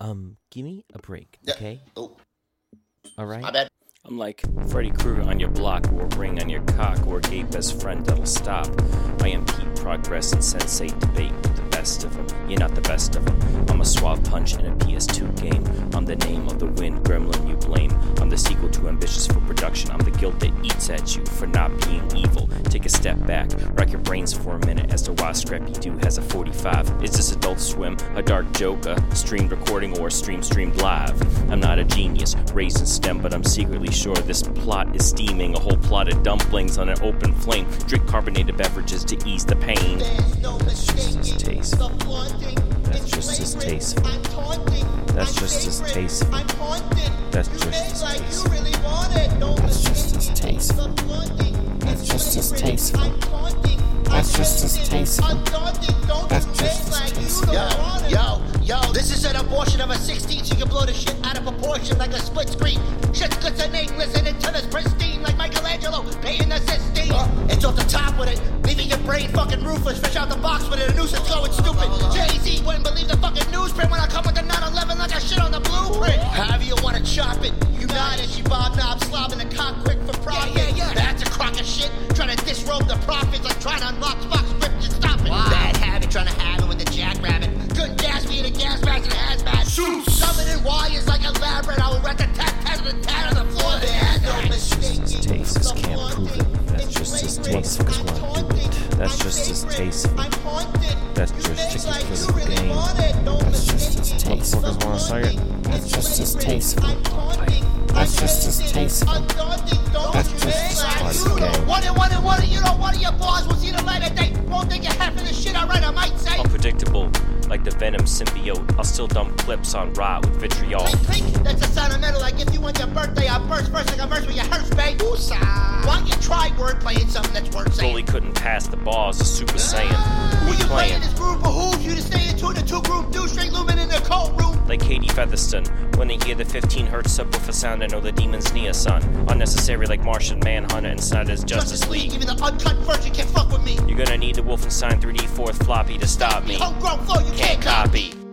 Um, give me a break, Yeah. okay? Oh, All right. my bad. I'm like Freddy Krueger on your block, or ring on your cock, or gay best friend that'll stop. I am Pete Progress and Sensate Debate, the best of them. You're not the best of them. I'm a suave punch in a PS2 game. I'm the name of the wind, gremlin you blame. I'm the sequel to Ambitious for Production. I'm the guilt that eats at you for not being evil. Take a step back, rack your brains for a minute as to why Scrappy Doo has a 45. Is this Adult Swim, a dark joke, a streamed recording, or a stream streamed live? I'm not a genius, raised in STEM, but I'm secretly sure this plot is steaming a whole plot of dumplings on an open flame. Drink carbonated beverages to ease the pain. There's no mistaking his taste. the flaunting. That's It's just his flagrant. taste. I'm taunting. That's I'm just his sacred. taste. I'm haunted. That's you just made his like taste. you really want it. No That's just his mistaking taste. the flaunting. That's It's just his flagrant. taste. I'm taunting. That's I'm just his hated. taste. I'm daunting. Don't That's you just made his like taste. you Yo, don't want it. yo, yo, this is an abortion of a 16, so you can blow the shit out of proportion like a split screen. Shit's glistening, listening to this pristine like Michelangelo, painting the Sistine. it's off the top with it, leaving your brain fucking roofless, fresh out the box with it, a nuisance going stupid. Jay-Z wouldn't believe the fucking newsprint when I come with the 9-11 like I shit on the blueprint. However you wanna chop it, you nod and she bob knob, slobbing the cock quick for profit. Yeah, yeah, yeah. That's a crock of shit, trying to disrobe the profits like trying to unlock Fox scripts and stop it. Bad habit, trying to have it with the jackrabbit. Couldn't gas me in a gas mask and hazmat. Shoot! Summon in wires like a labyrinth. I will rat the tat tat of the tat on the floor. There's no mistaking. taste. This can't prove it. That's just his taste. That's why I do it. That's just his taste. I'm haunted. That's You just make his like taste you of the really game. want it. No That's just his mistaking. taste. Motherfuckers wanna say it. That's just his taste. I'm haunting. That's just his taste. That's just his taste. Okay. What and what and what you know one of your boys will see the light of day. Won't think of half of the shit I write, I might say. Unpredictable, like the Venom symbiote. I'll still dump clips on Rod with vitriol. Clink, clink, that's the sound of metal I give you on your birthday. I burst first like a verse with your hearse, babe. Why don't you try wordplay and something that's worth saying? Goalie couldn't pass the ball as a Super Saiyan. Who Who we you playing? playing this groove behooves you to stay in tune to two group, do straight lumen in the cold room. Like Katie Featherston, when they hear the 15 hertz subwoofer sound and know the demon's near son. Unnecessary like Martian Manhunter and Snyder's Justice League. even the uncut version can't fuck with me. You're gonna need the Wolfenstein 3D fourth floppy to stop me. Homegrown flow, you can't Can't copy. copy.